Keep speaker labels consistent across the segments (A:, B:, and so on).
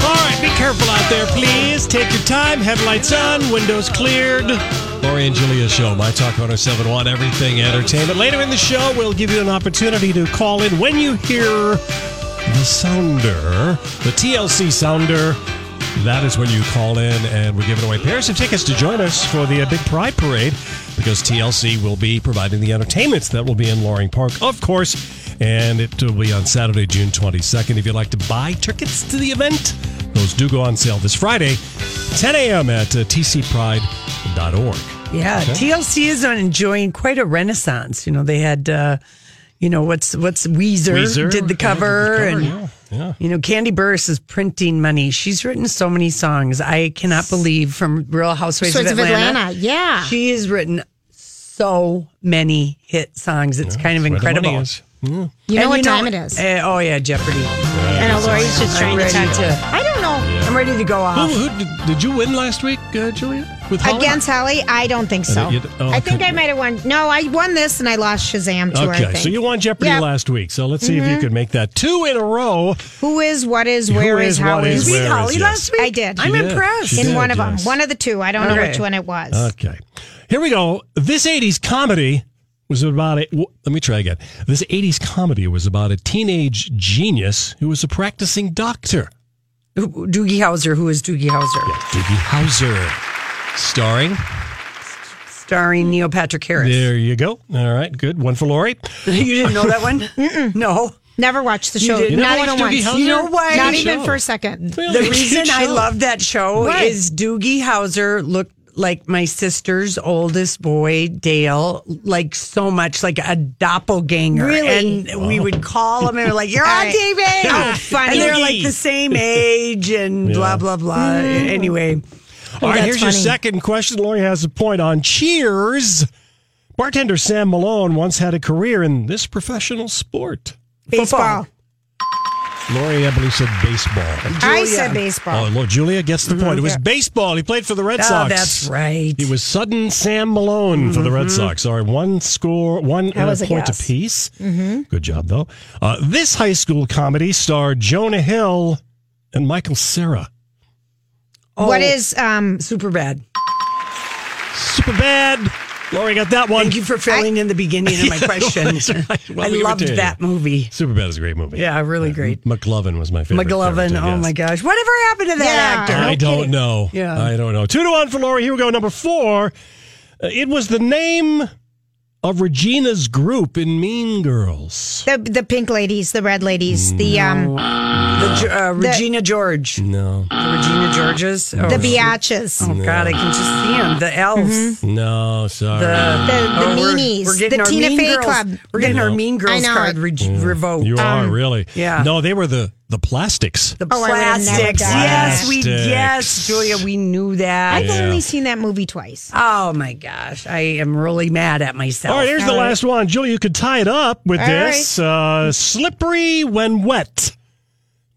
A: All right, be careful out there, please. Take your time. Headlights on, windows cleared. Lori and Julia Show, My Talk 1071, Everything Entertainment. Later in the show, we'll give you an opportunity to call in when you hear the sounder, the TLC sounder. That is when you call in, and we're giving away pairs of tickets to join us for the uh, Big Pride Parade because TLC will be providing the entertainments that will be in Loring Park, of course, and it will be on Saturday, June 22nd. If you'd like to buy tickets to the event, those do go on sale this Friday, 10 a.m. at uh, tcpride.org.
B: Yeah, TLC is on enjoying quite a renaissance. You know, they had, uh, you know, what's what's Weezer,
A: Weezer,
B: did
A: yeah,
B: the cover, and
A: yeah, yeah.
B: you know, Candy Burris is printing money. She's written so many songs. I cannot believe from Real Housewives
C: Swords
B: of
C: of
B: Atlanta.
C: Atlanta, yeah.
B: she has written so many hit songs. It's kind of
A: Where the money
B: incredible.
A: is.
C: You know
B: And
C: what time it is.
B: eh, oh yeah, Jeopardy.
C: I know Lori's just
B: I'm
C: trying to
B: ready
C: talk to.
B: to.
C: I don't know.
B: I'm ready to go
A: Who,
B: off.
A: who did, did you win last week, uh, Julia? With Holland?
C: Against Holly, I don't think so.
A: you d- oh,
C: I think
A: okay.
C: I might have won. No, I won this and I lost Shazam tour. I
A: Okay,
C: think.
A: so you won Jeopardy
C: Yeah.
A: last week. So let's see if you
B: Mm-hmm.
A: could make that two in a row.
C: Who is, what is, where
A: Who
C: is,
A: is,
C: how
A: what
C: is?
A: is,
B: you beat
A: where
B: Holly
A: yes.
B: last week.
C: I did.
A: She
B: I'm
A: did.
B: impressed.
A: She
C: in
A: did,
C: one of them,
A: yes. Uh,
C: one of the two. I don't know
B: Okay.
C: which one it was.
A: Okay. Here we go. This 80s comedy was about a. w- Let me try again. This 80s comedy was about a teenage genius who was a practicing doctor,
B: Who- Doogie Howser. Who is Doogie Howser?
A: Doogie Howser. Starring.
B: Starring Neil Patrick Harris.
A: There you go. All right, good. One for Lori.
B: You didn't know that one? no.
C: Never watched the show.
B: didn't?
C: Not
A: Never
C: even
A: watched Doogie
C: once.
A: Howser? You know
B: why?
C: Not
B: Good
C: even
A: show.
C: for a second.
A: Really
B: The
A: good
B: reason I
A: show.
B: love that show
C: Why?
B: is Doogie Howser looked like my sister's oldest boy, Dale, like so much, like a doppelganger.
C: Really?
B: And we would call him and we're like, You're on
C: right.
B: TV.
C: How funny.
B: And they're like the same age and blah, blah, blah. Anyway.
A: All right,
C: that's
A: here's your
C: funny.
A: second question. Lori has a point on Cheers. Bartender Sam Malone once had a career in this professional sport.
C: Baseball.
A: Lori, I believe, said baseball.
C: I said baseball.
A: Oh, Lord, Julia gets the point. It was baseball. He played for the Red
B: Mm-hmm.
A: Sox.
B: Oh, that's right. Mm-hmm.
A: He was sudden Sam Malone for the Red Sox. All right, one score, one and
C: was
A: a
C: a
A: point
C: guess.
A: apiece.
B: Mm-hmm.
A: Good job, though. Uh, this high school comedy starred Jonah Hill and Michael Cera.
C: What is um?
B: Oh, super bad?
A: Super bad. Lori got that one.
B: Thank you for filling in the beginning of my question.
A: right. Well,
B: I
A: we were
B: loved
A: dating.
B: that movie.
A: Superbad is a great movie.
B: Yeah, really great.
A: McLovin was my favorite.
B: McGlovin.
A: character,
B: Oh
A: yes.
B: my gosh. Whatever happened to that
C: Yeah.
B: actor?
A: I don't know.
B: Yeah.
A: I don't know. Two to one for Lori. Here we go. Number four. Uh, It was the name of Regina's group in Mean Girls.
C: The, the pink ladies, the red ladies, the um,
B: The, Ge- uh, Regina George.
A: No,
B: The Regina George's. Oh,
C: the
B: shoot.
C: biatches,
B: Oh, God, I can just see them. The elves.
A: no, sorry.
B: The,
C: Mm-hmm. the, the
B: Oh, we're-
C: meanies,
B: we're getting
C: the
B: our
C: Tina
B: Mean
C: Fey
B: Girls-
C: Club.
B: We're getting our
A: No.
B: Mean Girls
C: I know
B: card
C: it.
B: re- revoked.
A: Mm. you are really.
B: oh, um, yeah.
A: No, they were the the plastics.
B: the
C: Oh, I would've never
B: plastics.
C: done
B: Yes, we.
A: Plastics.
B: Yes, Julia, we knew that.
C: I've only seen that movie twice.
B: Oh my gosh, I am really mad at myself.
A: All right, here's the last one. Julie, you could tie it up with
C: All
A: this. Uh, Slippery When Wet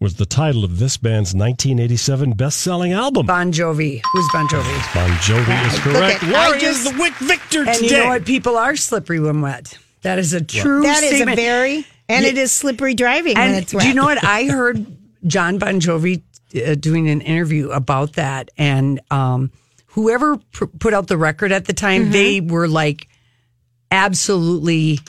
A: was the title of this band's 1987 best-selling album.
B: Bon Jovi. Who's Bon Jovi?
A: Bon Jovi is correct.
C: Look at-
A: Lori
C: I just-
A: is the wick victor
B: And
A: today.
B: you know what? People are slippery when wet. That is a true
C: That is a
B: statement.
C: very and
B: Yeah.
C: it is slippery driving when
B: And
C: it's
B: do
C: wet.
B: you know what? I heard John Bon Jovi uh, doing an interview about that, and um, whoever pr- put out the record at the time,
C: Mm-hmm.
B: they were like absolutely,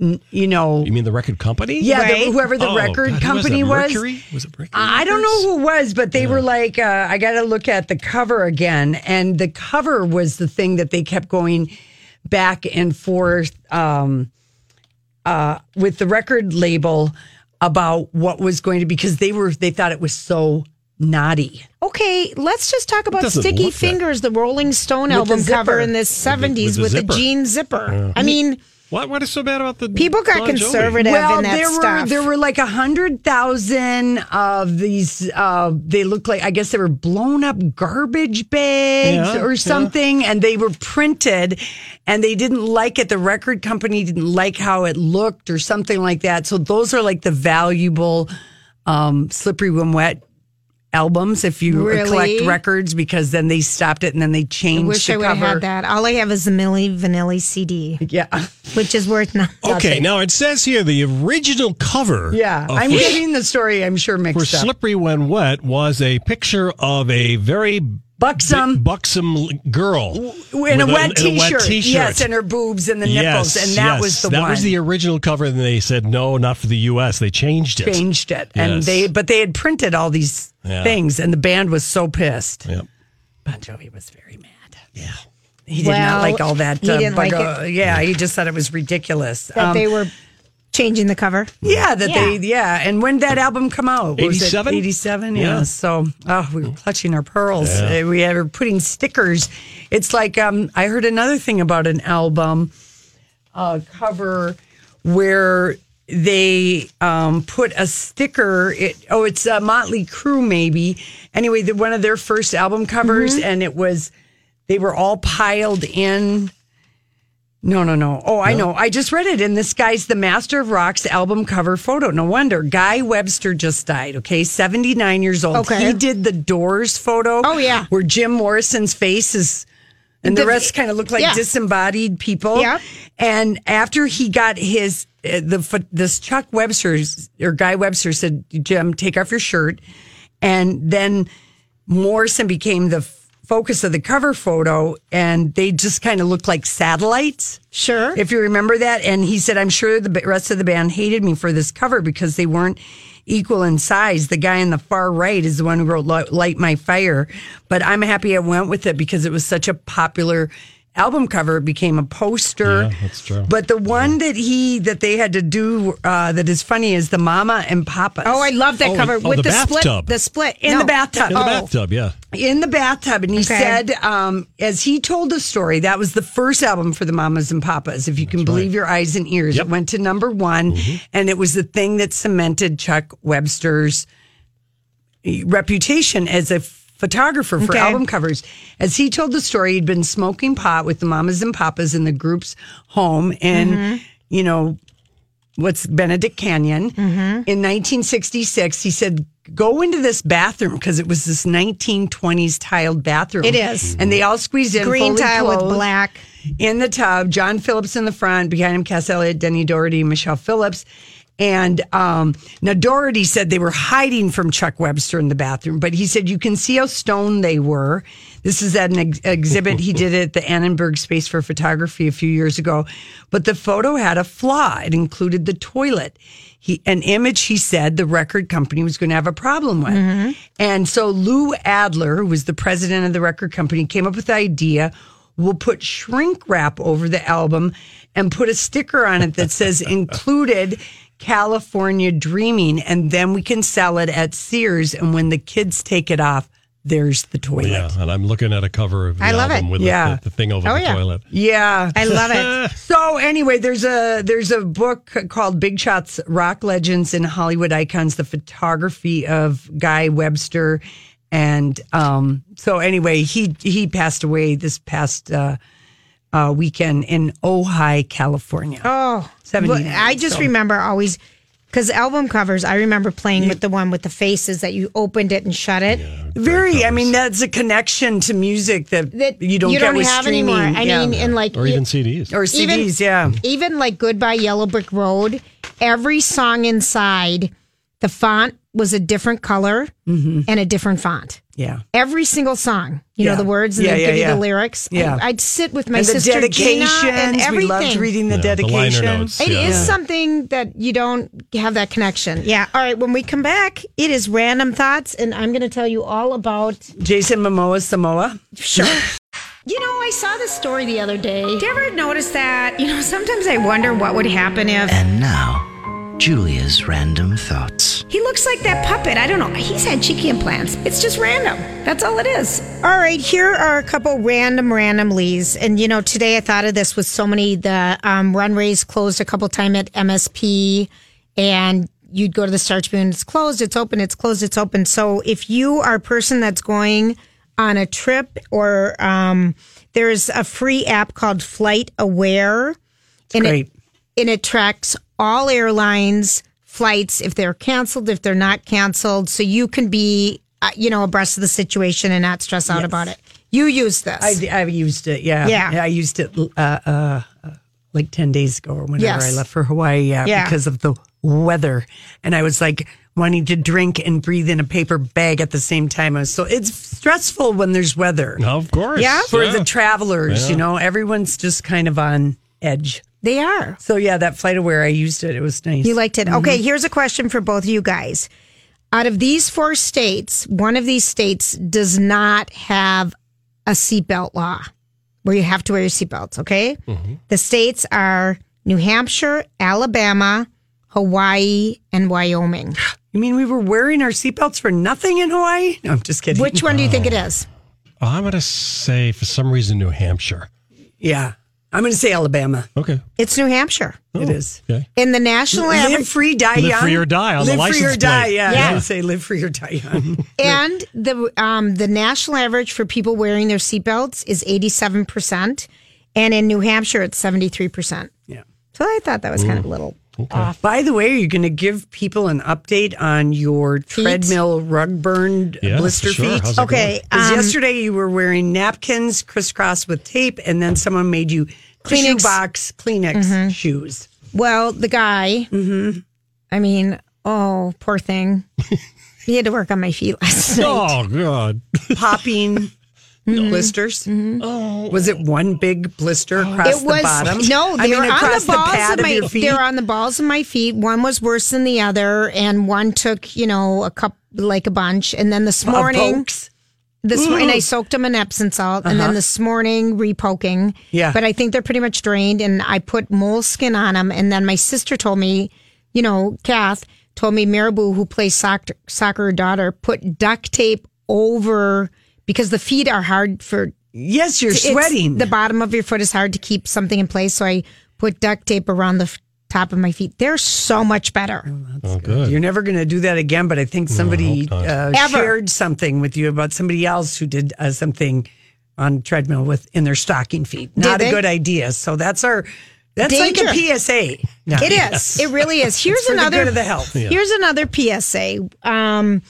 B: n- you know,
A: You mean the record company?
B: yeah,
C: Right.
B: the, whoever the
A: Oh,
B: record
A: God, who
B: company
A: was, that?
B: was.
A: Mercury? Was it Mercury?
B: I don't know who it was, but they were like, uh, I got to look at the cover again. And the cover was the thing that they kept going back and forth um, uh, with the record label about what was going to because they were they thought it was so naughty.
C: Okay, let's just talk about
A: doesn't
C: Sticky
A: look that-
C: Fingers, the Rolling Stone
B: the
C: album cover
B: zipper.
C: in the
B: With
C: 70s
A: with
C: with the,
A: the zipper.
C: jean zipper. I mean,
A: What? What is so bad about the
C: people got
A: Bon Jovi?
C: conservative in that
B: there
C: stuff.
B: were there were like a hundred thousand of these. Uh, they looked like I guess they were blown up garbage bags
A: Yeah, yeah.
B: or something, and they were printed, and they didn't like it. The record company didn't like how it looked or something like that. So those are like the valuable um, slippery when wet. Albums, if you collect
C: Really?
B: records, because then they stopped it and then they
C: I
B: changed
C: wish
B: the
C: I would have
B: cover.
C: had that. All I have is the Milli Vanilli CD,
B: Yeah,
C: which is worth nothing.
A: Okay, now it says here the original cover.
B: yeah.
A: of
B: I'm
A: Wish
B: getting the story. I'm sure mixed
A: Oh, for
B: up.
A: slippery when wet was a picture of a very
B: Buxom.
A: big, buxom l- girl
B: in a,
A: with
B: wet
A: in a
B: t-shirt.
A: t-shirt.
B: Yes, and her boobs and the nipples,
A: Yes,
B: and that
A: yes.
B: was the
A: that
B: one.
A: was the original cover, and they said no, not for the U.S. They changed it.
B: changed it, and
A: Yes.
B: they but they had printed all these
A: Yeah.
B: things, and the band was so pissed.
A: Yep.
B: Bon Jovi was very mad.
A: Yeah.
B: He did
C: Well,
B: not like all that.
C: he didn't like
B: bugger- Yeah, he just thought it was ridiculous.
C: That
B: Um,
C: they were changing the cover.
B: yeah, that they yeah. And when did that album come out? Was it
A: 87?
B: 87?
A: Yeah.
B: Yeah. So, oh, we were clutching our pearls. Uh, We had- were putting stickers. It's like um, I heard another thing about an album uh, cover where they um, put a sticker. It, oh, it's uh, Motley Crue, maybe. Anyway, the, one of their first album covers, and it was they were all piled in. No, no, no. Oh, I know. I just read it. And this guy's the Master of Rock's album cover photo. No wonder. Guy Webster just died. Okay. 79 years old.
C: Okay.
B: He did the Doors photo.
C: Oh, yeah.
B: Where Jim Morrison's face is, and the,
C: The-
B: rest kind of look like
C: yeah.
B: disembodied people.
C: Yeah.
B: And after he got his, uh, the pho- this Chuck Webster's, or Guy Webster said, Jim, take off your shirt. And then Morrison became the f- focus of the cover photo, and they just kind of looked like satellites.
C: Sure.
B: If you remember that. And he said, I'm sure the b- rest of the band hated me for this cover because they weren't equal in size. The guy on the far right is the one who wrote Li- Light My Fire. But I'm happy I went with it because it was such a popular album cover. It became a poster.
A: Yeah, that's true.
B: But the one that he, that they had to do uh, that is funny is the Mama and Papa.
C: oh, I love that
A: Oh,
C: cover
A: oh,
C: with
A: the
C: the, split.
A: bathtub.
C: The split
B: In
C: No.
B: the bathtub. Oh.
A: In the bathtub, yeah.
B: in the bathtub and he
C: Okay.
B: said um, as he told the story that was the first album for the mamas and papas if you can believe your eyes and ears
A: Yep.
B: it went to number one
C: Mm-hmm.
B: and it was the thing that cemented chuck webster's reputation as a photographer for
C: Okay.
B: album covers. As he told the story, he'd been smoking pot with the mamas and papas in the group's home in,
C: Mm-hmm.
B: you know, what's Benedict Canyon.
C: Mm-hmm.
B: In 1966, he said, Go into this bathroom because it was this 1920s tiled bathroom.
C: It is.
B: And they all squeezed in.
C: Green
B: fully
C: tile with
B: clothed
C: black.
B: in the tub. John Phillips in the front, behind him Cass Elliot, Denny Doherty, Michelle Phillips. And um, now Doherty said they were hiding from Chuck Webster in the bathroom, but he said you can see how stoned they were. This is at an ex- exhibit he did at the Annenberg Space for Photography a few years ago. But the photo had a flaw. It included the toilet, he, an image he said the record company was going to have a problem with. And so Lou Adler, who was the president of the record company, came up with the idea will put shrink wrap over the album and put a sticker on it that says included California Dreaming. And then we can sell it at Sears. And when the kids take it off, there's the toilet.
A: Yeah,
B: Yeah.
A: and I'm looking at a cover of the
C: I love
A: album
C: it.
A: with
B: Yeah.
A: the, the, the thing over
C: Oh,
A: the
C: yeah.
A: toilet. Ah,
C: I love it.
B: So anyway, there's a there's a book called Big Shots: Rock Legends and Hollywood Icons: The Photography of Guy Webster, and um, so anyway, he he passed away this past uh, uh, weekend in Ojai, California.
C: Oh,
B: 79,
C: well, I just
B: so.
C: remember always because album covers. I remember playing with the one with the faces that you opened it and shut it.
B: Very, I mean, that's a connection to music that,
C: That
B: you don't get with
C: have
B: streaming.
C: anymore. I
B: Yeah.
C: mean, and like
A: Or even
C: it-
A: CDs.
B: or CDs,
C: even-
B: yeah.
C: even like Goodbye Yellow Brick Road, every song inside the font was a different color and a different font.
B: Yeah.
C: Every single song,
B: Mm-hmm.
C: you
B: Yeah.
C: know the words and
B: Yeah,
C: then
B: yeah,
C: give you
B: yeah.
C: the lyrics. I-
B: Yeah.
C: I'd sit with my
B: and the
C: sister Gina
B: dedications.
C: and everything.
B: We loved reading the
A: Yeah, the liner
B: dedications.
A: notes.
C: It is
A: Yeah.
C: something that you don't have that connection. Yeah. All right. When we come back, it is random thoughts, and I'm going to tell you all about.
B: Jason Momoa Samoa.
C: Sure. you know, I saw this story the other day. Did you ever notice that? You know, sometimes I wonder what would happen if
D: And now, Julia's random thoughts.
C: he looks like that puppet. I don't know. He's had cheeky implants. It's just random. That's all it is. All right. Here are a couple random randomlies, and you know, today I thought of this with so many. The um, runways closed a couple time at MSP, and you'd go to the Star Tribune. It's closed. It's open. It's closed. It's open. So if you are a person that's going on a trip, or um, there's a free app called Flight Aware, and it-
B: Great.
C: and it tracks all airlines flights if they're canceled if they're not canceled so you can be uh, you know abreast of the situation and not stress out about it you use this
B: I, I used it. Yeah.
C: Yeah.
B: I used it uh, uh, like 10 days ago or whenever
C: Yes.
B: I left for Hawaii yeah,
C: Yeah.
B: because of the weather. And I was like wanting to drink and breathe in a paper bag at the same time. I was So it's stressful when there's weather
A: Of course.
C: Yeah.
B: for the travelers, you know, everyone's just kind of on edge.
C: they are
B: So yeah, that flight aware, I used it. It was nice.
C: you liked it okay here's a question for both of you guys out of these four states one of these states does not have a seatbelt law where you have to wear your seatbelts okay the states are new hampshire alabama hawaii and wyoming
B: you mean we were wearing our seatbelts for nothing in Hawaii? No, I'm just kidding.
C: which one do you think it is
A: Oh, I'm going to say, for some reason, New Hampshire.
B: Yeah. I'm going to say Alabama.
A: Okay.
C: It's New Hampshire.
B: It is.
A: Okay.
C: In the national
B: Live
C: average
B: free, die
A: Oh. Live
B: young.
A: free or die on the
B: live free or
A: license
B: die.
A: plate.
B: Yeah,
C: Yeah.
B: I would say live free or die young.
C: and the um, the national average for people wearing their seatbelts is eighty seven percent, and in New Hampshire it's seventy three percent.
B: yeah.
C: So I thought that was kind of a little off.
B: By the way, are you going to give people an update on your treadmill rug burned
A: Yeah, for
B: blister
A: sure.
B: feet?
A: How's it
C: Okay,
B: Because
C: um,
B: yesterday you were wearing napkins crisscrossed with tape, and then someone made you tissue
C: Kleenex. Mm-hmm.
B: box Kleenex shoes.
C: well, the guy.
B: Mm-hmm.
C: I mean, oh, poor thing. he had to work on my feet last night.
A: Oh, God.
B: popping
C: Mm-hmm.
B: blisters. Was it one big blister across
C: it was
B: the bottom?
C: no, they
B: I mean,
C: were on
B: across
C: the balls
B: pad
C: of my.
B: your feet.
C: They were on the balls of my feet. One was worse than the other, and one took you know a cup like a bunch. And then this
B: Uh,
C: morning,
B: pokes.
C: this morning I soaked them in Epsom salt, and then this morning repoking.
B: Uh-huh. Yeah.
C: but I think they're pretty much drained, and I put moleskin on them. And then my sister told me, you know, Kath told me Marabou, who plays soccer, soccer her daughter, put duct tape over because the feet are hard for
B: Yes, you're
C: it's-
B: sweating.
C: The bottom of your foot is hard to keep something in place, so I put duct tape around the f- top of my feet. They're so much better.
A: Oh, good.
B: you're never going to do that again, but I think somebody uh,
C: Ever.
B: shared something with you about somebody else who did uh, something on treadmill with in their stocking feet. Not a
C: they?
B: good idea. So that's our that's
C: Danger.
B: like a PSA. No.
C: It is. It really is. Here's
B: It's for
C: another
B: the good of the health.
C: Here's another PSA. Um,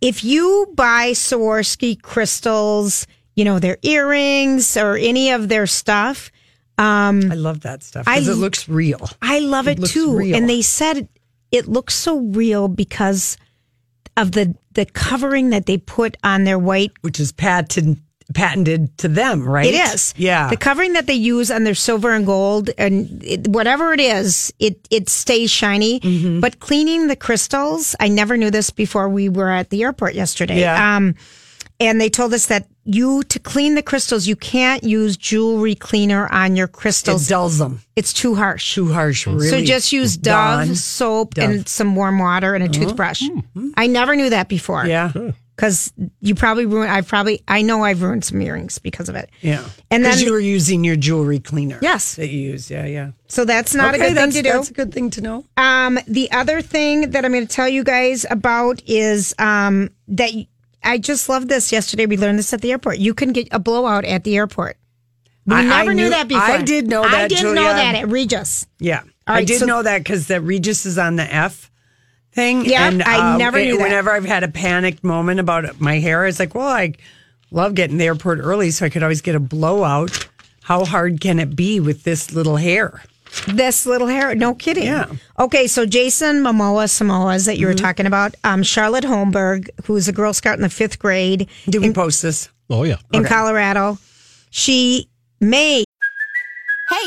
C: if you buy Swarovski crystals, you know their earrings or any of their stuff.
B: I love that stuff because
C: Mm. I-
B: it looks real.
C: I love it,
B: looks
C: too.
B: real.
C: And they said it looks so real because of the the covering that they put on their white
B: which is patented patented to them, right?
C: It is.
B: Yeah.
C: The covering that they use on their silver and gold and it, whatever it is, it, it stays shiny.
B: Mm-hmm.
C: But cleaning the crystals, I never knew this before we were at the airport yesterday.
B: Yeah.
C: Um, and they told us that you, to clean the crystals, you can't use jewelry cleaner on your
B: it
C: crystals.
B: dulls them.
C: it's too harsh.
B: Too harsh, really.
C: So just use Dove
B: Dawn.
C: soap
B: Dove. Oh. Hmm.
C: and some warm water and a toothbrush. I never knew that before.
B: Yeah.
C: Because you probably ruined, I probably, I know I've ruined some earrings because of it.
B: Yeah.
C: And
B: Because
C: then-
B: you were using your jewelry cleaner.
C: Yes.
B: That you use. Yeah, yeah.
C: So that's not
B: Okay,
C: a good
B: that's,
C: thing to do.
B: That's a good thing to know.
C: Um, the other thing that I'm going to tell you guys about is um, that y- I just love this. Yesterday we learned this at the airport. You can get a blowout at the airport. We
B: I- I
C: never knew,
B: knew-
C: that before.
B: I did know
C: I
B: that,
C: didn't know
B: Julia.
C: that at Regis.
B: Yeah.
C: All
B: I
C: right,
B: did
C: so-
B: know that because that Regis is on the F thing.
C: Yeah,
B: and, um,
C: I never knew that.
B: Whenever I've had a panicked moment about my hair, it's like, well, I love getting to the airport early so I could always get a blowout. How hard can it be with this little hair?
C: This little hair, no kidding.
B: Yeah. Mm-hmm.
C: Okay, so Jason Momoa Samoas that you were talking about, um, Charlotte Holmberg, who's a Girl Scout in the fifth grade
B: Do we post this?
A: Oh, yeah.
C: in Colorado, she may
E: Hey,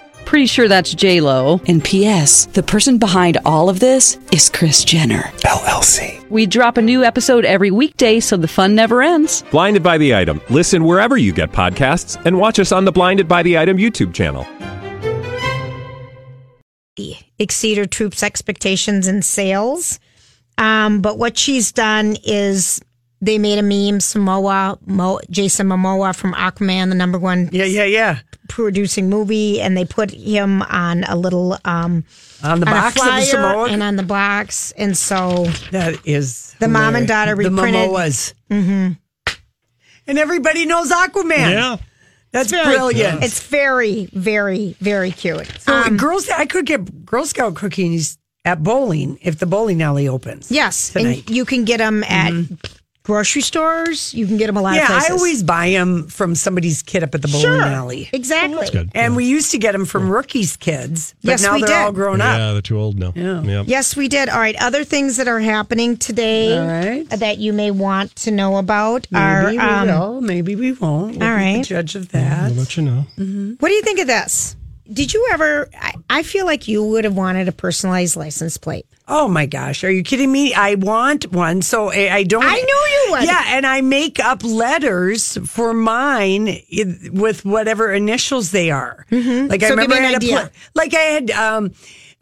F: Pretty sure that's J Lo.
G: And P.S. The person behind all of this is Chris Jenner.
H: LLC.
F: We drop a new episode every weekday, so the fun never ends.
H: Blinded by the item. Listen wherever you get podcasts, and watch us on the Blinded by the Item YouTube channel.
C: exceed her troops' expectations in sales. Um, but what she's done is they made a meme, Samoa, Mo, Jason Momoa from Aquaman, the number one
B: Yeah, yeah, yeah.
C: producing movie, and they put him on a little um,
B: On the
C: on a
B: box of the
C: flyer
B: Samoa.
C: and on the box, and so
B: that is
C: The mom
B: hilarious.
C: and daughter reprinted-
B: The Momoas. Mm-hmm. And everybody knows Aquaman.
A: Yeah.
B: That's brilliant.
C: it's very, very, very cute.
B: So
C: Um,
B: girls, I could get Girl Scout cookies at bowling if the bowling alley opens.
C: yes,
B: tonight. Mm-hmm.
C: and you can get them at grocery stores. You can get them a lot
B: yeah,
C: of places.
B: I always buy them from somebody's kid up at the bowling
C: sure,
B: alley.
C: exactly.
A: Good.
B: And we used to get them from rookies' kids, but
C: Yes,
B: now
C: we
B: they're
C: did.
B: all grown up.
A: Yeah, they're too old now. Yeah.
C: Yes, we did. All right. Other things that are happening today
B: All right.
C: that you may want to know about are.
B: Maybe
C: um,
B: we will, maybe we won't. We'll
C: all
B: be the
C: right.
B: judge of that.
A: I'll let you know.
C: What do you think of this? Did you ever? I, I feel like you would have wanted a personalized license plate.
B: Oh my gosh, are you kidding me? I want one, so I, I don't.
C: I knew you would.
B: Yeah, and I make up letters for mine i- with whatever initials they are. Like I
C: Mm-hmm. So give
B: remember,
C: me an
B: I had a
C: idea.
B: pla- like I had. Um,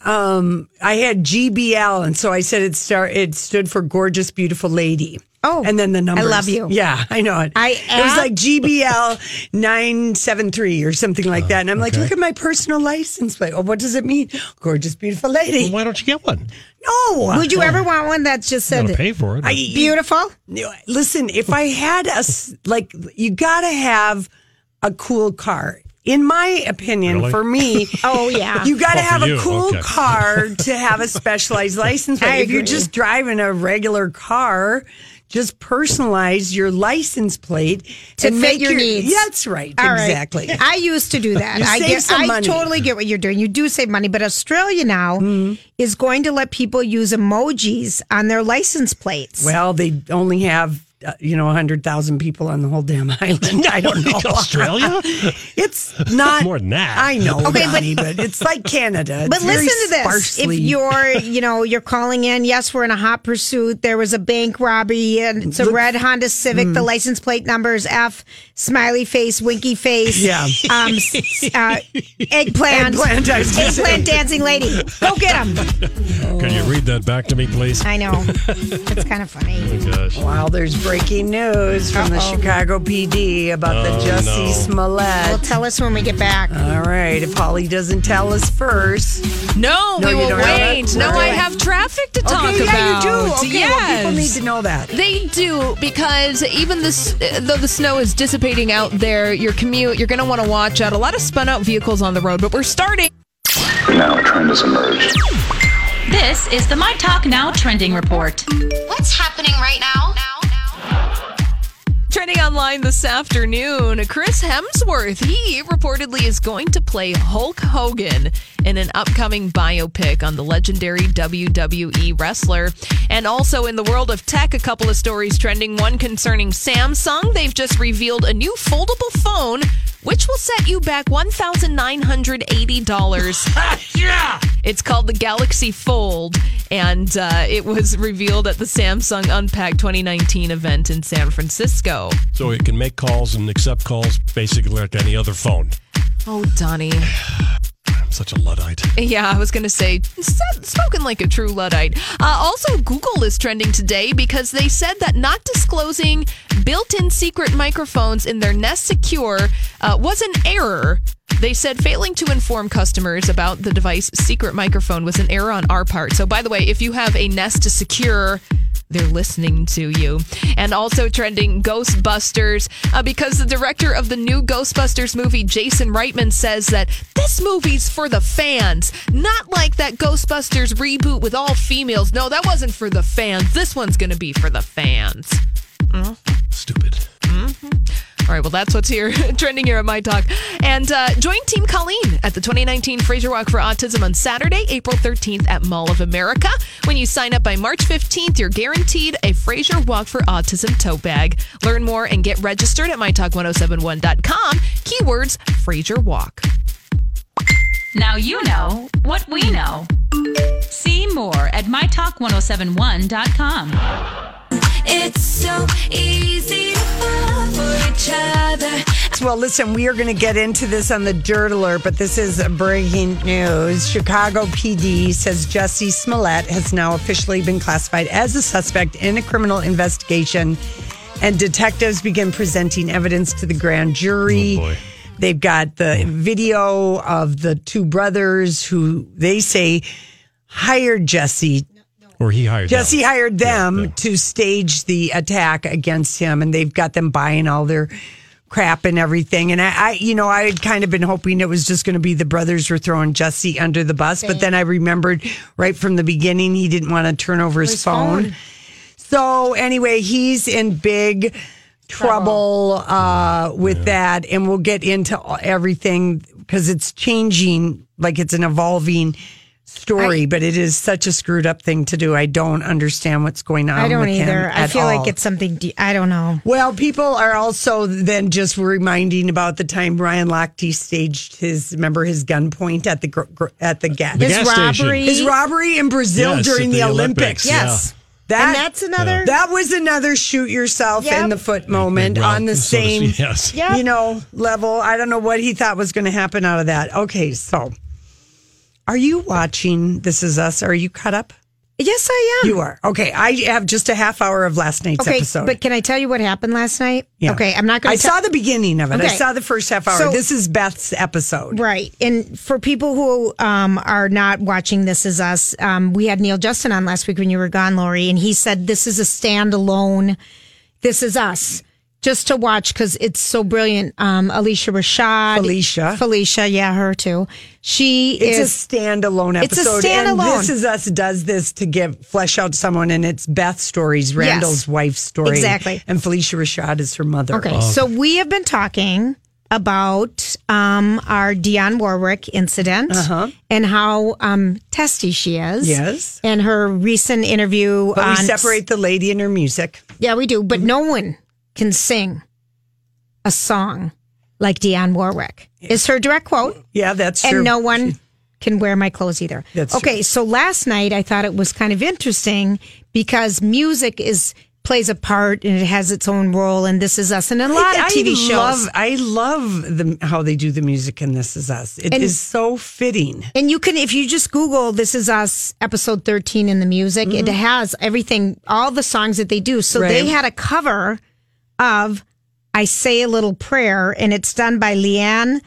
B: um, I had GBL, and so I said it star it stood for gorgeous, beautiful lady.
C: Oh,
B: and then the
C: I
B: numbers.
C: love you.
B: Yeah, I know it.
C: I
B: it was
C: ab-
B: like GBL nine seven three or something like that, and I'm like, look at my personal license plate. Oh, what does it mean? Gorgeous, beautiful lady.
A: Well, why don't you get one?
B: No.
C: Would you ever want one that just
A: You gotta
C: said
A: pay for it.
B: I-
C: beautiful?
B: Listen, if I had a s- like, you gotta have a cool car. In my opinion,
A: Really?
B: for me,
C: Oh yeah.
B: you gotta
A: Oh, for
B: have
A: you,
B: a cool
A: okay.
B: car to have a specialized license.
C: I
B: plate. if you're
C: agree.
B: just driving a regular car, just personalize your license plate
C: To
B: and
C: fit
B: make
C: your needs.
B: That's right.
C: All right.
B: exactly.
C: I used to do that.
B: You
C: I
B: save
C: get,
B: some
C: I
B: money.
C: totally get what you're doing. You do save money, but Australia now
B: Mm-hmm.
C: is going to let people use emojis on their license plates.
B: Well, they only have. Uh, you know, 100,000 people on the whole damn island. I don't know.
A: Australia?
B: It's not
A: more than that.
B: I know,
C: Okay, but-
B: Donnie, but, it's like Canada. It's
C: But
B: very
C: listen to this. If
B: sparsely-
C: you're, you know, you're calling in, yes, we're in a hot pursuit. There was a bank robbery and it's a red Honda Civic.
B: mm.
C: The license plate number is F, smiley face, winky face.
B: Yeah.
C: Um, s- uh, eggplant.
B: Eggplant, I was gonna
C: Eggplant dancing lady. Go get him.
A: Can you read that back to me, please?
C: I know. It's kind of funny.
A: Gosh.
B: Wow, there's breaking news from the
C: Uh-oh.
B: Chicago PD about the Jussie
A: Oh, no.
C: Well,
B: Smollett.
C: tell us when we get back.
B: All right, if Holly doesn't tell us first,
G: No,
B: No,
G: we
B: you
G: will
B: don't know that?
G: wait. No,
B: We're
G: I
B: doing-
G: have traffic to talk
B: okay,
G: about.
B: yeah, you do. Okay, well,
G: yes.
B: people need to know that.
G: They do because even this, though the snow is dissipating out there, your commute, you're going to want to watch out. A lot of spun out vehicles on the road, but we're starting.
I: Now a trend has emerged.
J: This is the My Talk Now trending report.
E: What's happening right now?
G: Trending online this afternoon, Chris Hemsworth. He reportedly is going to play Hulk Hogan in an upcoming biopic on the legendary WWE wrestler. And also in the world of tech, a couple of stories trending. One concerning Samsung. They've just revealed a new foldable phone, which will set you back $1,980. It's called the Galaxy Fold, and uh, it was revealed at the Samsung Unpack 2019 event in San Francisco.
A: So it can make calls and accept calls basically like any other phone.
G: Oh, Donnie.
A: I'm such a Luddite.
G: Yeah, I was going to say, said- spoken like a true Luddite. Uh, also, Google is trending today because they said that not disclosing built in secret microphones in their Nest Secure uh, was an error. They said failing to inform customers about the device's secret microphone was an error on our part. So, by the way, if you have a Nest to secure, they're listening to you. And also trending Ghostbusters uh, because the director of the new Ghostbusters movie, Jason Reitman, says that this movie's for the fans, not like that Ghostbusters reboot with all females. No, that wasn't for the fans. This one's going to be for the fans. Mm. All right, well, that's what's here trending here at My Talk. And uh, join Team Colleen at the 2019 Fraser Walk for Autism on Saturday, April 13th at Mall of America. When you sign up by March 15th, you're guaranteed a Fraser Walk for Autism tote bag. Learn more and get registered at mytalk1071.com. Keywords Fraser Walk.
K: Now you know what we know. See more at mytalk1071.com. It's so easy to fall for each other.
B: Well, listen, we are going to get into this on the dirt alert, but this is breaking news. Chicago PD says Jesse Smollett has now officially been classified as a suspect in a criminal investigation, and detectives begin presenting evidence to the grand jury. They've got the video of the two brothers who they say hired Jesse
A: Or he hired them.
B: Jesse hired them to stage the attack against him, and they've got them buying all their crap and everything. And I, I you know, I had kind of been hoping it was just going to be the brothers were throwing Jesse under the bus, but then I remembered right from the beginning he didn't want to turn over his,
L: His
B: phone.
L: phone.
B: So anyway, he's in big trouble uh, with that, and we'll get into all- everything because it's changing, like it's an evolving story. but it is such a screwed up thing to do. I don't understand what's going on.
C: I don't
B: with him
C: either. I
B: at
C: feel
B: all.
C: like it's something. De- I don't know.
B: Well, people are also then just reminding about the time Brian Lochte staged his remember his gunpoint at the gr- gr- at the, ga-
C: The His gas station. robbery.
B: his robbery in Brazil
C: Yes,
B: during
C: at
B: the,
C: the
B: Olympics.
C: Olympics, Yes.
B: That,
C: And that's another-
B: That was another shoot yourself in the foot moment
A: well,
B: on the
A: so to
B: same,
A: speak, yes.
B: you know, level. I don't know what he thought was going to happen out of that. Okay, so are you watching This Is Us? Are you caught up?
C: Yes, I am.
B: You are okay. I have just a half hour of last night's
C: Okay,
B: episode.
C: but can I tell you what happened last night?
B: Yeah.
C: Okay, I'm not going
B: I
C: to.
B: saw the beginning of it. I
C: Okay.
B: saw the first half hour.
C: So-
B: this is Beth's episode.
C: Right. And for people who um, are not watching This Is Us, um, we had Neil Justin on last week when you were gone, Lori, and he said this is a standalone This Is Us just to watch because it's so brilliant. Um, Alicia Rashad.
B: Felicia.
C: Felicia, yeah, her too. She
B: It's
C: is.
B: a standalone
C: It's a
B: episode.
C: standalone.
B: And this is us does this to give flesh out someone, and it's Beth's stories, Randall's
C: Yes.
B: wife's story,
C: Exactly.
B: And Felicia Rashad is her mother.
C: Okay, so we have been talking about um, our Dionne Warwick incident and how um, testy she is.
B: Uh-huh. Yes.
C: and her recent interview.
B: but
C: on
B: we separate the lady and her music.
C: Yeah, we do, but no one can sing a song like Dionne Warwick. Is her direct quote?
B: Yeah, that's
C: and
B: true.
C: no one can wear my clothes either.
B: That's
C: okay. So last night I thought it was kind of interesting because music is plays a part and it has its own role, and this is us and a lot
B: I-
C: of TV shows.
B: I love, I love the, how they do the music in This Is Us. It is
C: And-
B: so fitting.
C: and you can, if you just Google "This Is Us" episode thirteen in the music, it has everything, all the songs that they do. So they
B: Mm-hmm. Right.
C: had a cover of "I Say a Little Prayer," and it's done by Leanne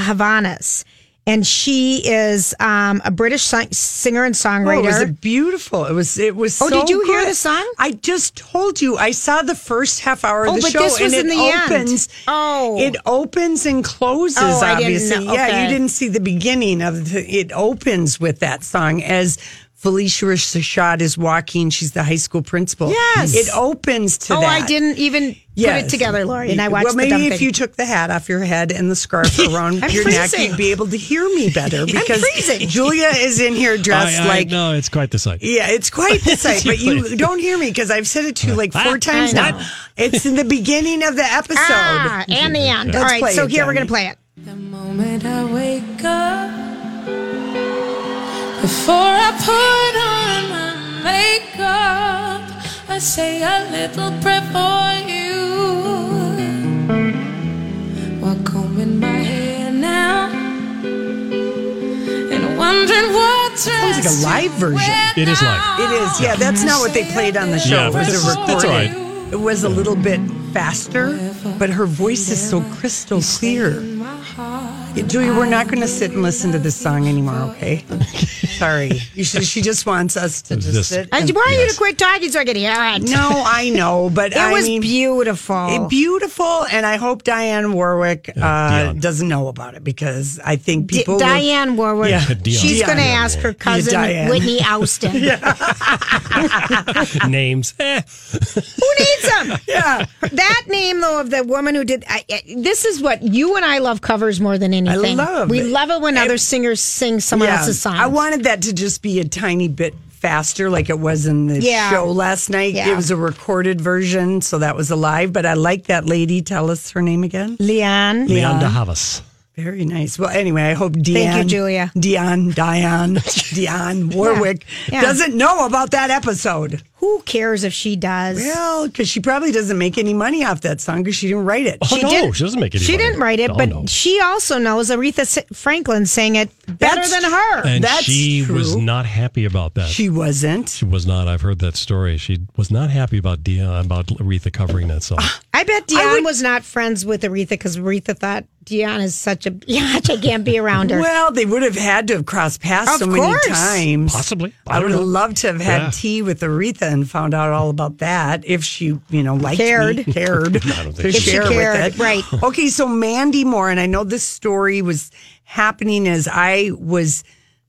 C: LaHavanas, and she is um, a British song- singer and songwriter.
B: Oh, it was a beautiful. It was. It was.
C: Oh,
B: so
C: did you hear
B: good.
C: the song?
B: I just told you. I saw the first half hour of
C: Oh,
B: the
C: but
B: show,
C: this was
B: and
C: in
B: it
C: the end.
B: opens.
C: Oh.
B: it opens and closes.
C: Oh, I didn't
B: obviously,
C: know.
B: yeah, you
C: Okay.
B: didn't see the beginning of the, it. Opens with that song as. Felicia Rashad is walking. She's the high school principal.
C: Yes.
B: It opens to
C: oh,
B: that.
C: I didn't even put it together, Lori, and I watched
B: Well,
C: the
B: maybe
C: dumb
B: if
C: thing.
B: you took the hat off your head and the scarf around
C: I'm
B: your neck,
C: freezing.
B: you'd be able to hear me better because
C: freezing.
B: Julia is in here dressed
A: I- I-
B: like
A: No, it's quite the sight.
B: yeah, it's quite the sight, but you don't hear me because I've said it to you like four
A: Ah,
B: times now.
C: I know.
B: It's in the beginning of the episode.
C: ah, and the end.
B: Let's
C: All right,
B: play
C: so
B: it,
C: here we're
B: Johnny.
C: gonna play it.
J: moment I wake up, before I put on my makeup, I say a little prayer for you. While combing my hair now,
B: a live version.
A: It is live.
B: It is. Yeah, that's not what they played on the show.
A: Yeah,
B: it
A: but
B: was
A: that's-
B: a recording.
A: that's all right.
B: It was a little bit faster, but her voice is so crystal clear. Yeah, Julia, we're not going to sit and listen to this song anymore, okay? Sorry. You should, she just wants us to just,
A: Just-
B: sit.
C: I
B: and-
C: want you to quit talking so I can hear it.
B: No, I know, but
C: It
B: I
C: was
B: mean,
C: beautiful.
A: Oh.
B: it- beautiful, and I hope Diane Warwick uh,
A: Dionne.
B: doesn't know about it because I think
C: D-
B: people. will-
C: Diane Warwick.
B: Yeah,
A: Dionne.
C: She's
B: Dionne
C: going to ask her
B: Warwick.
C: cousin
B: Yeah, Diane.
C: Whitney Austin.
A: Names. Eh.
C: Who needs them?
B: Yeah.
C: That name though of the woman who did I, I- this is what you and I love covers more than anything.
B: love
C: we
B: it.
C: love it when other singers sing someone
B: Yeah.
C: else's song.
B: I wanted that to just be a tiny bit faster, like it was in the
C: Yeah.
B: show last night.
C: Yeah.
B: It was a recorded version, so that was alive. But I like that lady. Tell us her name again.
C: Leon.
A: Leon de Havas.
B: Very nice. Well, anyway, I hope Dion,
C: you, Julia.
B: Dion, Diane, Dion Warwick
C: Yeah.
B: doesn't know about that episode.
C: Who cares if she does?
B: Well, because she probably doesn't make any money off that song because she didn't write it.
A: Oh,
C: She
A: no.
C: didn't-
A: she doesn't make it.
C: she didn't write it,
A: Oh,
C: but
A: no.
C: she also knows Aretha S- Franklin sang it better
B: That's
C: than her.
A: And
B: That's
A: she was
B: true.
A: not happy about that.
B: She wasn't.
A: She was not. I've heard that story. She was not happy about Dion about Aretha covering that song.
B: Ah.
C: I bet Dion
B: I would-
C: was not friends with Aretha because Aretha thought Dion is such a biatch. I can't be around her.
B: Well, they would have had to have crossed paths
C: Of
B: so
C: course.
B: many times.
A: Possibly. I
B: I,
A: don't
B: would have
A: know.
B: loved to have had
A: Yeah.
B: tea with Aretha and found out all about that if she, you know, liked
C: Cared.
B: me, cared
A: I don't think
B: to
A: she
B: share
C: did. Cared,
B: with it.
C: right.
B: Okay, so Mandy Moore, and I know this story was happening as I was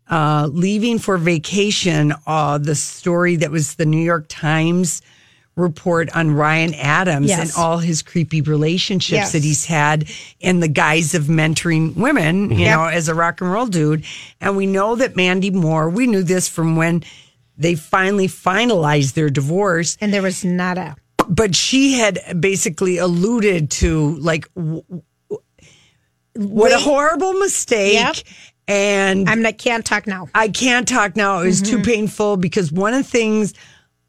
B: uh, leaving for vacation. Uh, the story that was the New York Times report on Ryan Adams
C: Yes.
B: and all his creepy relationships
C: Yes.
B: that he's had in the guise of mentoring women, you know, as a rock and roll dude. And we know that Mandy Moore, we knew this from when they finally finalized their divorce
C: and there was not a
B: but she had basically alluded to like w- w- what a
C: Wait.
B: horrible mistake
C: Yep.
B: and I'm,
C: I'm not can't talk now.
B: i can not talk now it was too painful because one of the things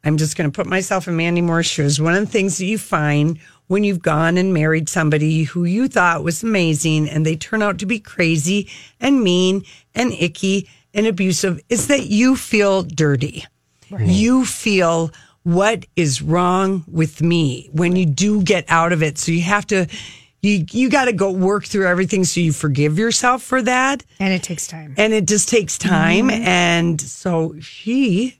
B: i'm just going to put myself in mandy moore's shoes one of the things that you find when you've gone and married somebody who you thought was amazing and they turn out to be crazy and mean and icky and abusive is that you feel dirty you feel what is wrong with me when you do get out of it so you have to you you got to go work through everything so you forgive yourself for that
C: And it takes time.
B: and it just takes time and so she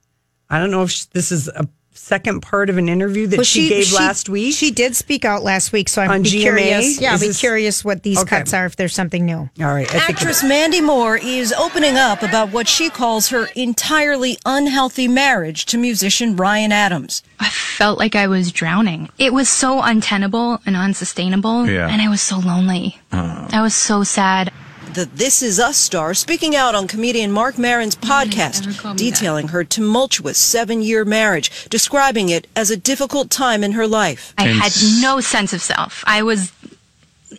B: i don't know if sh this is a second part of an interview that
C: Well,
B: she, gave last week
C: She did speak out last week, so I'm
B: On
C: be
B: GMA?
C: curious. Yeah, I'll
B: Is
C: be
B: this-
C: curious what these
B: Okay.
C: cuts are if there's something new.
B: all right I think
L: Actress Mandy Moore is opening up about what she calls her entirely unhealthy marriage to musician Ryan Adams.
M: I felt like I was drowning. It was so untenable and unsustainable.
N: Yeah. Uh-huh.
M: And I was so lonely. I was so sad.
L: The This Is Us star speaking out on comedian Mark Maron's podcast, detailing her tumultuous seven year marriage, describing it as a difficult time in her life.
M: I had no sense of self. I was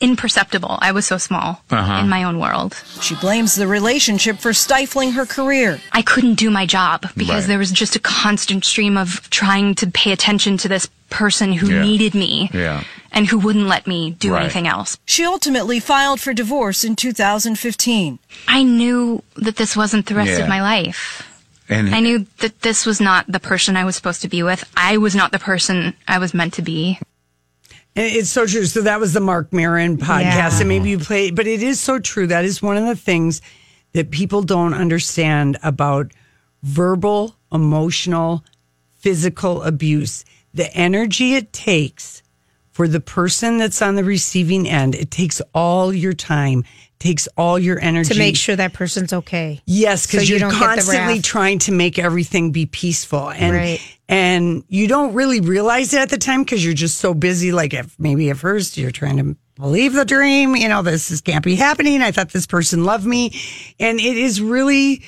M: imperceptible. I was so small
L: Uh-huh.
M: in my own world.
L: She blames the relationship for stifling her career.
M: I couldn't do my job because
L: Right.
M: there was just a constant stream of trying to pay attention to this person who
L: Yeah.
M: needed me
L: Yeah.
M: and who wouldn't let me do
L: Right.
M: anything else.
L: She ultimately filed for divorce in 2015.
M: I knew that this wasn't the rest
L: Yeah.
M: of my life.
N: And-
M: I knew that this was not the person I was supposed to be with. I was not the person I was meant to be.
B: And it's so true. So that was the Mark Marin podcast,
M: Yeah.
B: and maybe you play, but it is so true. That is one of the things that people don't understand about verbal, emotional, physical abuse. The energy it takes for the person that's on the receiving end, it takes all your time, takes all your energy
C: To make sure that person's okay.
B: Yes, because
C: So you
B: you're
C: don't get the
B: constantly
C: wrath.
B: trying to make everything be peaceful, and
C: Right.
B: and you don't really realize it at the time because you're just so busy. Like if maybe at first you're trying to believe the dream, you know, this is, can't be happening. I thought this person loved me, and it is really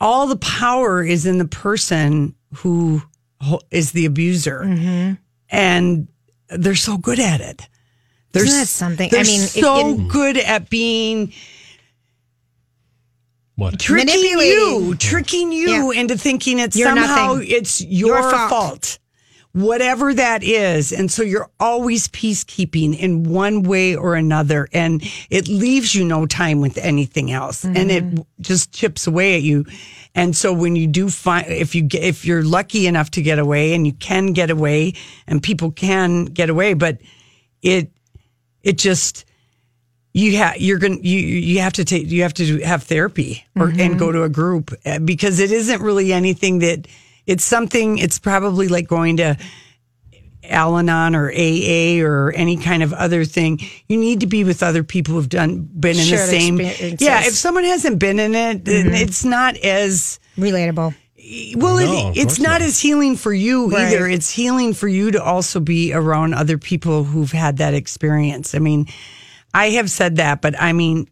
B: all the power is in the person who ho- is the abuser,
C: Mm-hmm.
B: and they're so good at it. They're
C: Isn't that
B: s-
C: something? I
B: They're
C: mean, it-
B: so
C: it-
B: good at being
A: What?
B: tricking
C: Manipulating.
B: you, tricking you into thinking it's
C: You're
B: somehow
C: nothing.
B: it's your,
C: Your fault.
B: fault. whatever that is. And so you're always peacekeeping in one way or another. And it leaves you no time with anything else. And
C: Mm-hmm.
B: it just chips away at you. And so when you do find, if you, get, if you're lucky enough to get away and you can get away and people can get away, but it, it just, you have you're gonna you you have to take you have to do, have therapy or
C: Mm-hmm.
B: and go to a group uh, because it isn't really anything that it's something it's probably like going to Al-Anon or AA or any kind of other thing. You need to be with other people who've done been in the
C: Shared
B: same.
C: experiences.
B: Yeah, if someone hasn't been in it, then
C: Mhm.
B: it's not as
C: relatable.
B: Well,
C: No, of
B: it, it's
C: course
B: not as healing for you
C: Right.
B: either. It's healing for you to also be around other people who've had that experience. I mean, I have said that, but I mean,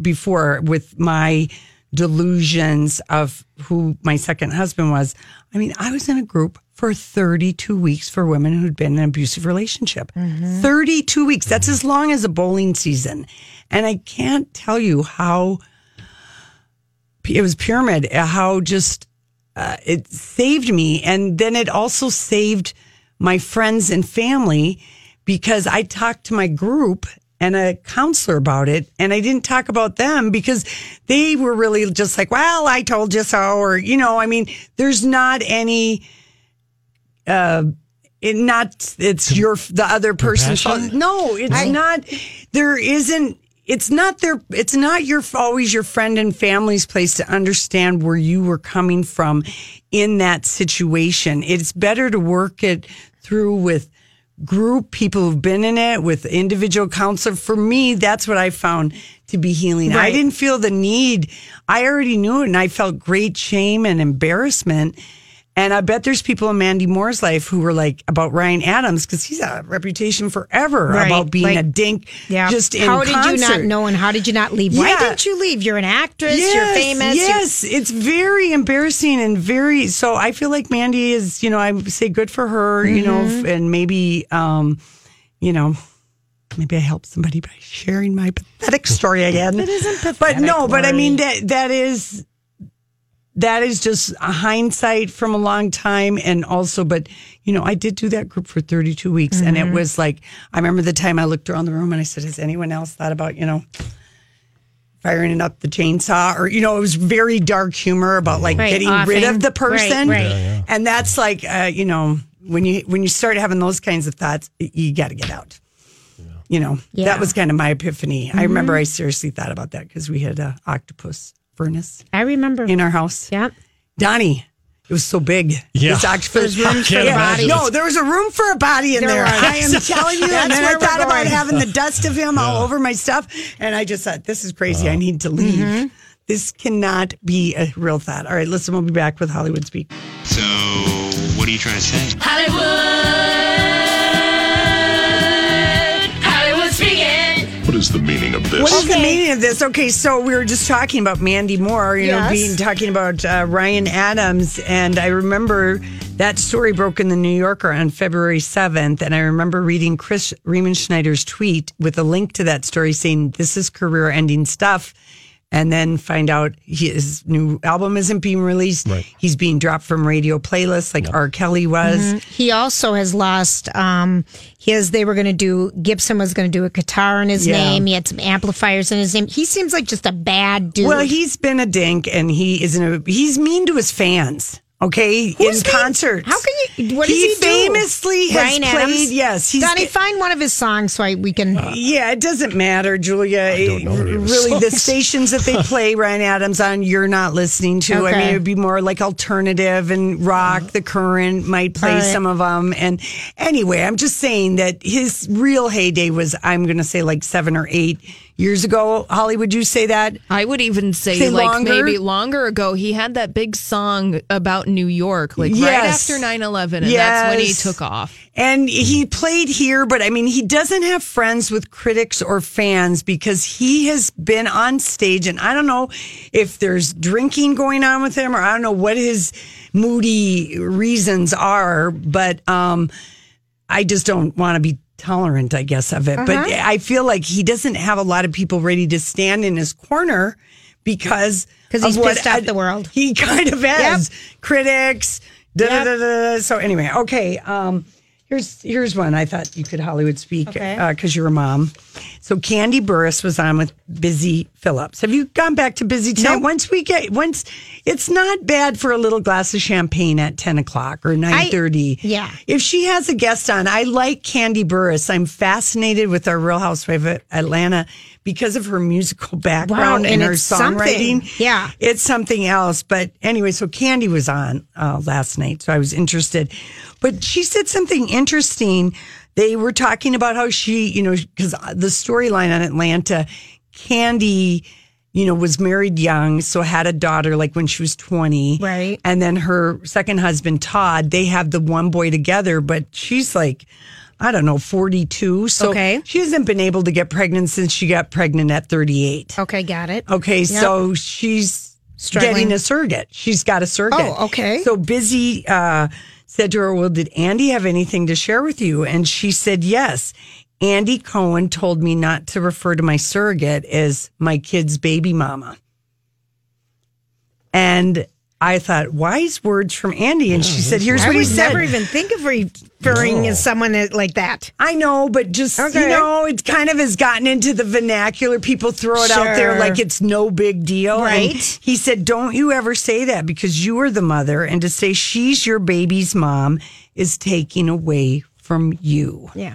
B: before with my delusions of who my second husband was, I mean, I was in a group for 32 weeks for women who'd been in an abusive relationship. 32 weeks. That's as long as a bowling season. And I can't tell you how it was pyramid uh, how just uh, it saved me and then it also saved my friends and family because i talked to my group and a counselor about it and i didn't talk about them because they were really just like well i told you so or you know i mean there's not any uh it not it's your the other person's
K: Compassion?
B: fault no it's not there isn't it's not their it's not your always your friend and family's place to understand where you were coming from in that situation it's better to work it through with group people who've been in it with individual counselor for me that's what i found to be healing i
C: Right.
B: didn't feel the need i already knew it and i felt great shame and embarrassment and I bet there's people in Mandy Moore's life who were like about Ryan Adams because he's had a reputation forever
C: Right,
B: about being
C: like-
B: a dink.
C: Yeah.
B: Just in
C: how did you not
B: concert.
C: know and how did you not leave? Why
B: Yeah.
C: didn't you leave? You're an actress.
B: Yes,
C: you're famous. you-
B: Yes, it's very embarrassing and very. So I feel like Mandy is, you know, I say good for her, you know,
C: Mhm.
B: and maybe, um, you know, maybe I help somebody by sharing my pathetic story again.
C: That isn't
B: but no, but I
C: Lori.
B: mean that that is that is just a hindsight from a long time and also but you know i did do that group for 32 weeks and it
C: Mhm.
B: was like i remember the time i looked around the room and i said has anyone else thought about you know firing up the chainsaw or you know it was very dark humor about like
C: Right,
B: getting rid
C: offing.
B: of the person
C: Right, right. Yeah,
B: and that's like uh, you know when you when you start having those kinds of thoughts y- you got to get out you know
C: Yeah.
B: that was kind of my epiphany i remember
C: Mhm.
B: i seriously thought about that because we had a octopus furnace
C: I remember
B: in our house
C: yep
B: donnie it was so big.
K: Yeah.
B: This octopus.
K: There's room for
B: Yeah.
K: a body.
B: No, there was a room for a body in
K: There
B: there.
K: was.
B: I am telling you. and
K: That's
B: then I
K: where we're
B: thought about
K: going.
B: having the dust of him all over my stuff. And I just thought, this is crazy. I need to leave.
K: Mm-hmm.
B: This cannot be a real thought. All right, listen, we'll be back with Hollywood Speak.
N: So, what are you trying to say?
K: Hollywood. Hollywood speaking.
I: What is the meaning of this?
B: What is the meaning of this? Okay, so we were just talking about Mandy Moore, you know,
I: Yes.
B: being talking about uh, Ryan Adams, and I remember that story broke in the New Yorker on February seventh, and I remember reading Chris Riemann Schneider's tweet with a link to that story saying, "This is career-ending stuff." And then find out his new album isn't being released. He's being dropped from radio playlists like R. Kelly was.
C: Mhm. He also has lost um his they were going to do Gibson was going to do a guitar in his
B: Yeah.
C: name. He had some amplifiers in his name. He seems like just a bad dude.
B: Well, he's been a dink, and he isn't. A, he's mean to his fans. Okay, in concerts.
C: How can you? What does
B: He
C: he,
B: famously
C: do?
B: has played- yes, he's- Uh,
C: Donnie, find one of his songs so I, we can.
B: yeah, it doesn't matter, Julia. It-
C: know any of his
B: really, the
C: songs.
B: stations that they play Ryan Adams on, you're not listening to. I mean,
C: Okay. Uh-huh.
B: it would be more like alternative and rock. The Current might play
C: All right.
B: some of them. And anyway, I'm just saying that his real heyday was, I'm going to say, like seven or eight years ago. Holly, would you say that?
G: I would even say, like maybe longer ago, he had that big song about New York, like
B: Yes.
G: right after 9 11, and that's when he
B: Yes.
G: took off.
B: And he played here, but I mean, he doesn't have friends with critics or fans because he has been on stage, and I don't know if there's drinking going on with him or I don't know what his moody reasons are, but um, I just don't want to be tolerant, I guess, of it. But
C: Uh-huh.
B: I feel like he doesn't have a lot of people ready to stand in his corner because
C: 'Cause
B: of
C: he's
B: what
C: pissed off
B: I-
C: the world.
B: He kind of has critics. Da, da, da, da, da. So anyway, okay. Um, here's here's one I thought you could Hollywood speak because
C: Okay.
B: you're a mom. So Candy Burris was on with Busy Phillips. Have you gone back to Busy tonight? Once we get once, it's not bad for a little glass of champagne at ten o'clock or nine thirty.
C: yeah.
B: If she has a guest on, I like Candy Burris. I'm fascinated with our Real Housewife of Atlanta because of her musical background
C: and
B: and, her
C: it's something.
B: songwriting. Yeah. It's something else. But anyway, so Candy was on uh, last night. So I was interested. But she said something interesting. They were talking about how she, you know, because the storyline on Atlanta, Candy, you know, was married young, so had a daughter like when she was 20. Right. And then her second husband, Todd, they have the one boy together, but she's like, I don't know, 42. So
C: Okay.
B: she hasn't been able to get pregnant since she got pregnant at 38.
C: Okay, got it.
B: Okay,
C: Yep.
B: so she's
C: Struggling.
B: getting a surrogate. She's got a surrogate.
C: Oh, okay.
B: So busy uh, said to her, "Well, did Andy have anything to share with you?" And she said, "Yes." Andy Cohen told me not to refer to my surrogate as my kid's baby mama. And I thought, wise words from Andy. And
C: Oh,
B: she said, here's
C: I
B: what he
C: would
B: said.
C: never even think of referring
B: No.
C: as someone that- like that.
B: I know, but just
C: Okay.
B: you know, it's kind of has gotten into the vernacular. People throw it out there
C: Sure.
B: like it's no big deal. And
C: Right.
B: he said, "Don't you ever say that because you are the mother, and to say she's your baby's mom is taking away from you."
C: Yeah.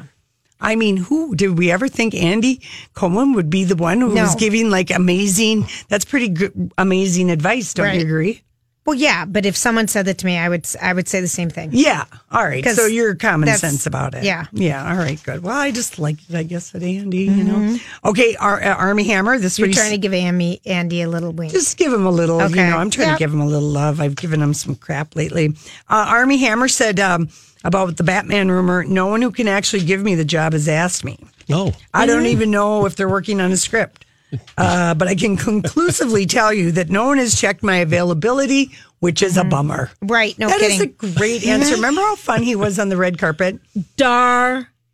B: I mean, who did we ever think Andy Cohen would be the one who
C: No.
B: was giving like amazing? That's pretty good, amazing advice. Don't
C: Right.
B: you agree?
C: Well, yeah, but if someone said that to me, I would I would say the same thing.
B: Yeah. All right.
C: 'Cause
B: So you're common
C: that's-
B: sense about it.
C: yeah.
B: Yeah. All right. Good. Well, I just like it, I guess, at Andy, you know. Okay. Ar- uh, Army Hammer, this
C: Mm-hmm. You're
B: week.
C: trying to give Amy Andy a little wink.
B: Just give him a little, you
C: Okay.
B: know, I'm trying
C: Yep.
B: to give him a little love. I've given him some crap lately. Uh, Army Hammer said um, about the Batman rumor no one who can actually give me the job has asked me.
A: No.
B: I
C: Mm-hmm.
B: don't even know if they're working on a script. Uh, but I can conclusively tell you that no one has checked my availability, which is
C: Mm-hmm.
B: a bummer.
C: right? No
B: That is
C: kidding.
B: a great answer. Remember how fun he was on the red carpet?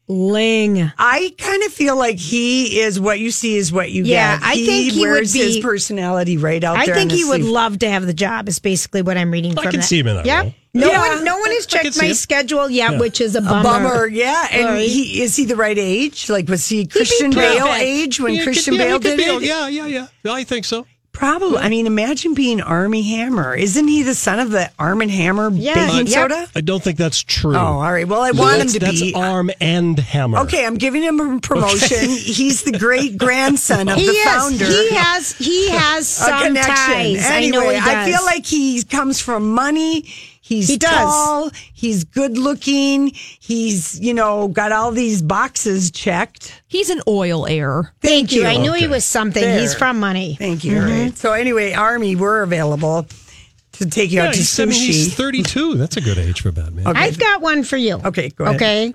B: Darling. I kind of feel like he is what you see is what you
C: Yeah,
B: get.
C: I think he would
B: wears his
C: be-
B: personality right out
C: I
B: there.
C: think
B: on his
C: he would
B: sleeve.
C: love to have the job. Is basically what I'm reading
A: I
C: from.
A: can
C: that.
A: see him in that
C: Yeah.
A: role.
C: No
B: Yeah.
C: one, no one has
A: can
C: checked
A: see
C: my
A: him.
C: schedule yet,
A: Yeah.
C: which is a
B: a
C: bummer.
B: bummer. yeah. And
C: Right.
B: he, is he the right age? Like, was he Christian
A: perfect.
B: Bale age when
A: Yeah, he
B: Christian
A: could- yeah, he
B: Bale
A: could
B: did
A: be-
B: it?
A: Yeah, yeah, yeah. No, I think so.
B: Probably. I mean, imagine being Army Hammer. Isn't he the son of the Arm and Hammer baking soda?
A: I don't think that's true.
B: Oh, all right. Well, I
A: No,
B: want him
A: that's-
B: to
A: that's
B: be. uh,
A: arm and hammer.
B: Okay, I'm giving him a promotion. He's the great grandson of
C: He
B: the
C: is.
B: founder.
C: He has. He has
B: A
C: some ties. I know he
B: Anyway,
C: does.
B: I feel like he comes from money. He's
C: He does.
B: tall. He's good looking. He's you know got all these boxes checked.
G: He's an oil heir.
C: Thank, you.
B: you.
C: I knew he was something. He's
B: There.
C: from money.
B: Thank you. All right. So anyway, Army, we're available to take you
A: Yeah,
B: out to
A: he's, I mean, he's
B: sushi.
A: 32. That's a good age for Batman.
B: Okay.
C: I've got one for you.
B: okay, go ahead.
C: Okay.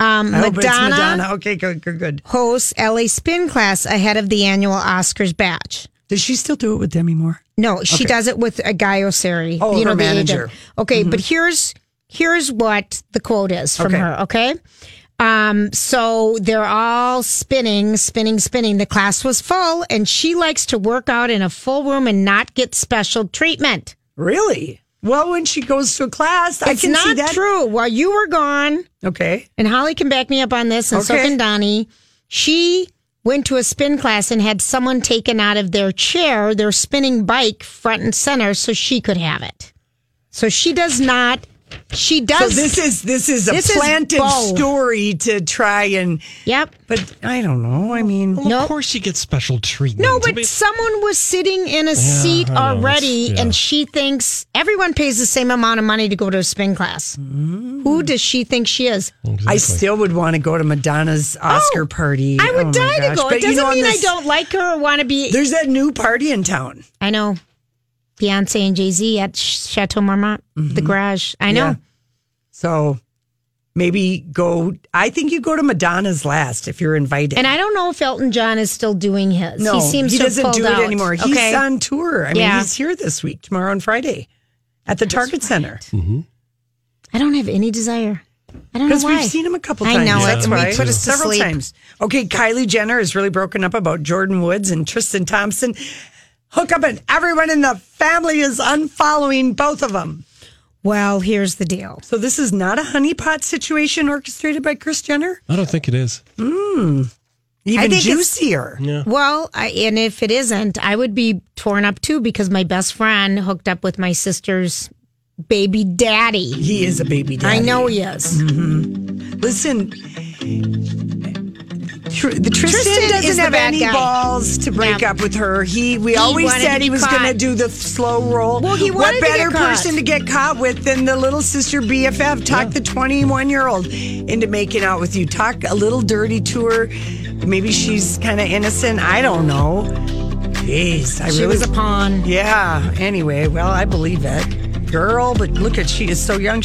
C: Um,
B: I hope it's
C: Madonna,
B: Madonna. Okay, good, good, good.
C: hosts LA Spin Class ahead of the annual Oscars batch.
B: Does she still do it with Demi Moore?
C: No, she does it with a guy Osiri.
B: Oh, her
C: the agent.
B: manager. Mm-hmm.
C: Okay, but here's here's what the quote is from
B: Okay.
C: her. Okay. Um, so they're all spinning, spinning, spinning. The class was full, and she likes to work out in a full room and not get special treatment.
B: Really? Well, when she goes to a class, I
C: It's
B: can see
C: not
B: that.
C: true. While you were gone,
B: Okay.
C: and Holly can back me up on this, and so
B: Okay.
C: can Donnie. She went to a spin class and had someone taken out of their chair, their spinning bike, front and center, so she could have it. So she does not. She
B: So
C: does.
B: this is this is a
C: This is
B: planted
C: bold.
B: story to try and
C: Yep.
B: but I don't know. I mean,
A: Well,
C: No.
A: Of course, she gets special treatment.
C: No,
A: I
C: but
A: mean,
C: someone was sitting in a seat
A: I know, it's-
C: already,
A: yeah.
C: and she thinks everyone pays the same amount of money to go to a spin class.
B: Mm.
C: Who does she think she is?
B: I still would want to go to Madonna's Oscar
C: Oh,
B: party.
C: I would
B: Oh my
C: die to
B: gosh.
C: go. It
B: But you
C: doesn't
B: know, on
C: mean I
B: this-
C: don't like her or want to be.
B: There's that new party in town.
C: I know. Beyonce and Jay Z at Ch- Chateau Marmont, the garage. I know.
B: Mm-hmm. Yeah. So maybe go. I think you go to Madonna's last if you're invited.
C: And I don't know if Elton John is still doing his.
B: no,
C: he seems to have
B: doesn't
C: pulled
B: do
C: out.
B: it anymore. He's
C: Okay.
B: on tour. I mean,
C: Yeah.
B: he's here this week, tomorrow and Friday, at the Target Center
C: I don't have any desire. I don't know
B: because
C: Mm, why.
B: we've seen him a couple
C: I
B: times.
C: know,
A: that's
B: That's
C: it.
A: why.
C: We put us to
B: several
C: sleep.
B: times. Okay, Kylie Jenner is really broken up about Jordan Woods and Tristan Thompson. Hook up and everyone in the family is unfollowing both of them.
C: Well, here's the deal.
B: So this is not a honeypot situation orchestrated by Chris Jenner.
A: I don't think it is.
B: Mm.
C: I
B: Even
C: think it's-
B: juicier.
C: Well, I, and if it isn't, I would be torn up too because my best friend hooked up with my sister's baby daddy.
B: He is a baby daddy. Mm.
C: I know he is.
B: Listen, Tr- the Tristan,
C: Tristan is
B: doesn't
C: the
B: have
C: bad
B: any
C: guy.
B: balls to break
C: Yeah.
B: up with her. He we
C: He
B: always
C: wanted to
B: said
C: be
B: he was
C: caught.
B: going to do the slow roll.
C: Well, he
B: what
C: wanted to get
B: better
C: caught.
B: person to get caught with than the little sister BFF? Talk the twenty-one year old into making out with you. Talk a little dirty to her. Maybe she's kind of innocent. I don't know. Jeez, I
C: She
B: really
C: was a pawn.
B: Yeah. Anyway, well, I believe it, girl. But look at she is so young.